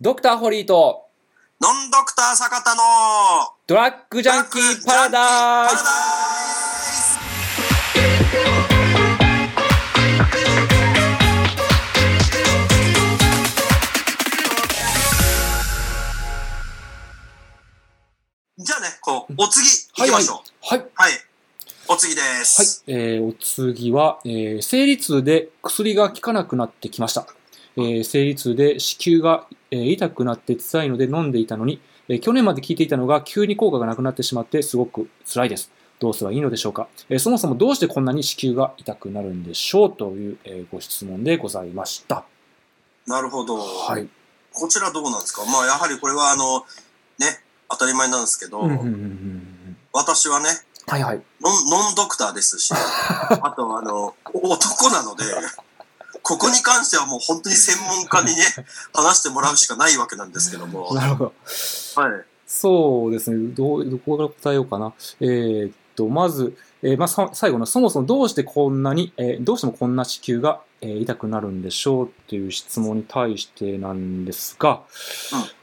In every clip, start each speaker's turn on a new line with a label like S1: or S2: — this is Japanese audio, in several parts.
S1: ドクターホリーと
S2: ノンドクター坂田の
S1: ドラッグジャンキーパラダイス
S2: じゃあね、こう、お次、行きましょう。
S1: はい。はい。
S2: はい。お次です。
S1: えーお次は、えー生理痛で薬が効かなくなってきました。えー生理痛で子宮が、えー痛くなって辛いので飲んでいたのに、えー去年まで効いていたのが急に効果がなくなってしまってすごく辛いです。どうすればいいのでしょうか、えーそもそもどうしてこんなに子宮が痛くなるんでしょうという、えーご質問でございました。
S2: なるほど。
S1: はい。
S2: こちらどうなんですかまあ、やはりこれは、あの、ね、当たり前なんですけど、
S1: うんうんうんうんうん
S2: 私はね、
S1: はいはい。
S2: ノンノンドクターで すし、あと、あの、男なので、ここに関してはもう本当に専門家 にね、話してもらうしかないわけなんですけども。はい。
S1: なるほど。そうですね。どう、どこから答えようかな。えーっと、まず、えーまあ、さ最後の、そもそもどうしてこんなに、えーどうしてもこんな子宮が、えー痛くなるんでしょうっていう質問に対してなんですが、
S2: うん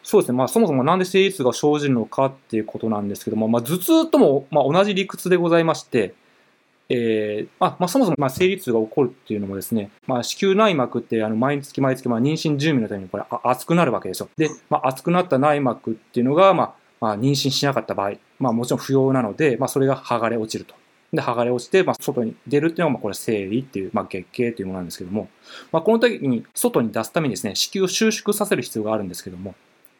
S1: そうですね。まあ、そもそもなんで生理痛が生じるのかっていうことなんですけども、まあ、頭痛とも、まあ、同じ理屈でございまして、えーあまあ、そもそもまあ生理痛が起こるっていうのもですね、まあ、子宮内膜ってあの毎月毎月まあ妊娠10ミリのためにこれあ熱くなるわけですよ。で、まあ、熱くなった内膜っていうのが、まあまあ、妊娠しなかった場合、まあ、もちろん不要なので、まあ、それが剥がれ落ちると。で、剥がれ落ちて、まあ、外に出るっていうのが、まあ、これ生理っていう、まあ、月経というものなんですけども、まあ、この時に外に出すためにですね、子宮を収縮させる必要があるんですけども、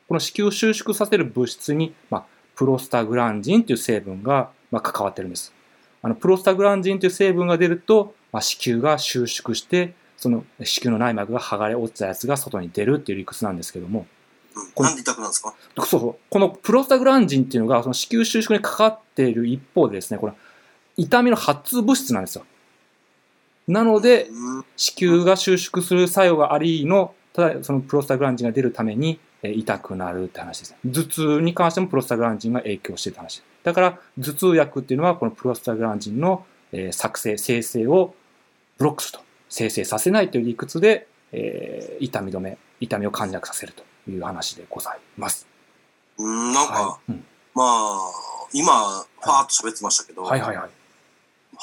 S1: この子宮を収縮させる物質に、まあ、プロスタグランジンという成分が、まあ、関わってるんです。あの、プロスタグランジンという成分が出ると、まあ、子宮が収縮して、その子宮の内膜が剥がれ落ちたやつが外に出るっていう理屈なんですけども、
S2: うん、なんで痛くなるんですか
S1: そうそう。このプロスタグランジンっていうのが、その子宮収縮にかかっている一方でですね、この痛みの発物質なんですよ。なので、
S2: うん
S1: 子宮が収縮する作用がありの、ただそのプロスタグランジンが出るために、えー痛くなるって話ですね。頭痛に関してもプロスタグランジンが影響してるって話。だから、頭痛薬っていうのは、このプロスタグランジンの、えー作成、生成をブロックすると。生成させないという理屈で、えー痛み止め、痛みを感じなくさせるという話でございます。
S2: うん、なんか、
S1: はいうん
S2: まあ、今、ファーっと 喋ってましたけど、
S1: はいはいはい。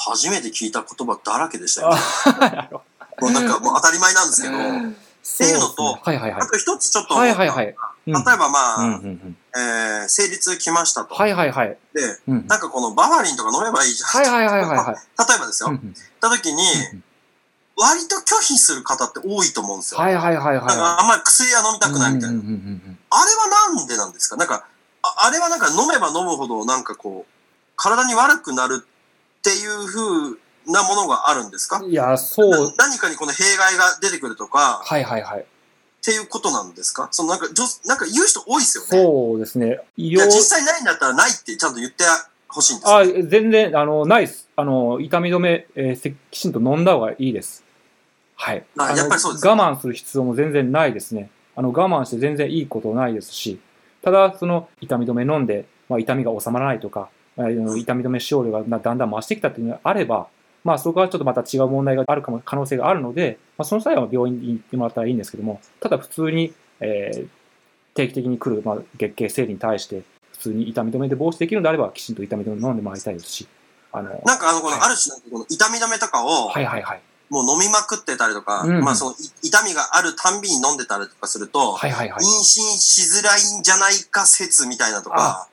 S2: 初めて聞いた言葉だらけでしたよ。
S1: あ
S2: もうなんかもう当たり前なんですけど、なん
S1: そ
S2: っていうのと
S1: はいはいはい。
S2: か一つちょっと、
S1: はいはいはい。うん
S2: 例えばま
S1: う
S2: あ、
S1: んうんうん。
S2: えー、生理痛来ましたと。
S1: はいはいはい。
S2: で、
S1: うん
S2: なんかこのバファリンとか飲めばいいじゃん。
S1: はいはいはいはいはい。
S2: 例えばですよ。
S1: う
S2: 行
S1: ん
S2: っ
S1: うん
S2: た時に、割と拒否する方って多いと思うんですよ。
S1: はいはいはい
S2: なんかあ
S1: は
S2: んまり薬は飲み
S1: い。
S2: たくないみたい
S1: う
S2: な。
S1: んうんうんうん
S2: あれはなんでなんですかなんかあ、あれはなんか飲めば飲むほどなんかこう、体に悪くなるっていう風なものがあるんですか
S1: うんいや、そう
S2: な。何かにこの弊害が出てくるとか、
S1: はいはいはい。
S2: っていうことなんですかそのなんか、女なんか言う人多いですよね。
S1: そうですね。い
S2: いや、実際ないんだったらないってちゃんと言ってほしいんですよ
S1: あ、全然、あの、ないです。あの、痛み止め、えーせきちんと飲んだ方がいいです。はい。
S2: あ
S1: の
S2: やっぱりそうですか
S1: 我慢する必要も全然ないですね。あの、我慢して全然いいことないですし、ただ、その、痛み止め飲んで、まあ、痛みが治まらないとか、あの痛み止め使用量がなだんだん増してきたっていうのがあれば、まあ、そこはちょっとまた違う問題があるかも、可能性があるので、まあ、その際は病院に行ってもらったらいいんですけども、ただ普通に、えー定期的に来る、まあ、月経生理に対して、普通に痛み止めで防止できるのであれば、きちんと痛み止め飲んでもらいたいですし、あの、
S2: なんかあの、この、
S1: はい
S2: ある種なんかこの痛み止めとかを、
S1: はいはいはい。
S2: もう飲みまくってたりとか、
S1: うん
S2: まあその、い痛みがあるたんびに飲んでたりとかすると、
S1: はいはいはい
S2: 妊娠。しづらいんじゃないか説みたいなとか、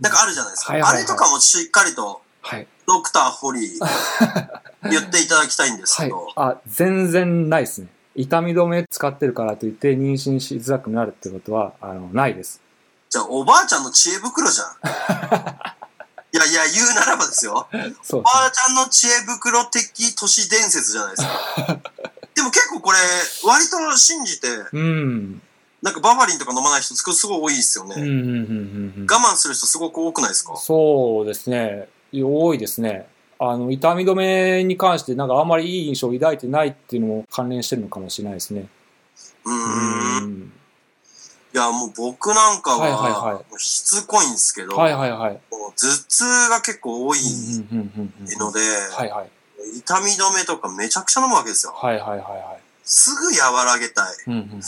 S2: なんかあるじゃないですか。
S1: はいはいはい
S2: あれとかもしっかりと、
S1: はい。
S2: ドクターホリー、 言っていただきたいんです
S1: は
S2: け
S1: い
S2: ど、。
S1: あ、全然ないですね。痛み止め使ってるからといって妊娠しづらくなるってことは、あの、ないです。
S2: じゃあ、おばあちゃんの知恵 袋じゃん。いやいや、言うならばですよ。
S1: そう
S2: おばあちゃんの知恵袋的都市伝説じゃないですか。 でも結構これ、割と信じて、
S1: ですね。うん。
S2: なんかバファリンとか飲まない人すごい多いですよね。
S1: うん、うん、うん、うんうん。
S2: 我慢する人すごく多くないですか
S1: そうですね。多いですね。あの、痛み止めに関して、なんかあんまりいい印象を抱いてないっていうのも関連してるのかもしれないですね。
S2: う
S1: う
S2: ーん。
S1: ん。
S2: いや、もう僕なんか
S1: はいはいは
S2: は、もうしつこいんですけど、
S1: はいはいはい。
S2: もう頭痛が結構多い
S1: うん、うん、うん、うんうん。
S2: ので、
S1: はいはい。
S2: 痛み止めとかめちゃくちゃ飲むわけですよ。
S1: はいはいはいはい。
S2: すぐ和らげたい。
S1: うん、うんうん。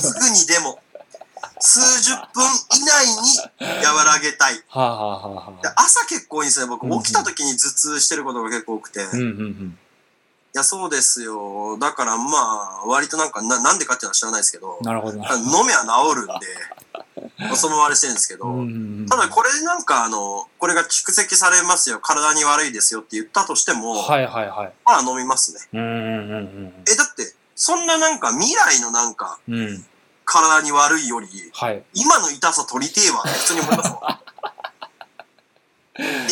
S2: すぐにでも。数十分以内に和らげたい。で
S1: はあ、はあはあはあ、
S2: 朝結構いいんですね。僕
S1: うんうん
S2: 起きた時に頭痛してることが結構多くて。
S1: うん
S2: い
S1: うんうん。
S2: や、そうですよ。だからまあ、割となんかな、なんでかっていうのは知らないですけど、
S1: なるほどな。
S2: 飲めは治るん で、そのままあれしてるんですけど、
S1: うんうんうん
S2: ただこれなんかあの、これが蓄積されますよ、体に悪いですよって言ったとしても、
S1: はいはいはい。
S2: まあ飲みますね。
S1: うんうんうん
S2: え、だって、そんななんか未来のなんか
S1: うん。うん。
S2: 体に悪いより、
S1: はい。
S2: 今の痛さ取りてえわって普通に思 いますもん。え、い意味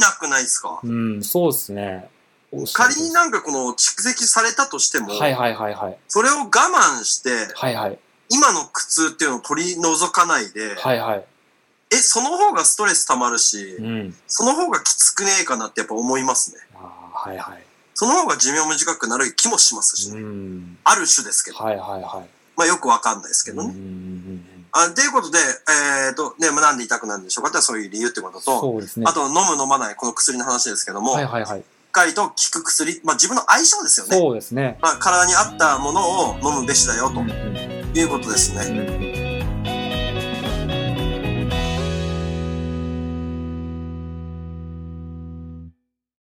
S2: なくないですか
S1: うん、そうですね。
S2: 仮になんかこの蓄積されたとしても、
S1: はいはいはいはい。
S2: それを我慢して、
S1: はいはい。
S2: 今の苦痛っていうのを取り除かないで、
S1: はいはい。
S2: え、その方がストレス溜まるし
S1: う、ん。
S2: その方がきつくねえかなってやっぱ思いますね。
S1: あーはいはい。
S2: その方が寿命短くなる気もしますし、ね
S1: うん。
S2: ある種ですけど、
S1: はいはいはい。
S2: まあよくわかんないですけ
S1: うん
S2: ど
S1: うんう
S2: ね。
S1: んうん。
S2: あということで、えっ、と、ね、まあなんで痛くなるんでしょうかってそういう理由ってことと、
S1: そうですね。
S2: あと飲む飲まないこの薬の話ですけども、
S1: はいはいはい。
S2: しっかりと効く薬、まあ自分の相性ですよね。
S1: そうですね。
S2: まあ体に合ったものを飲むべしだよと
S1: うんうん
S2: いうことですね。
S1: うんうん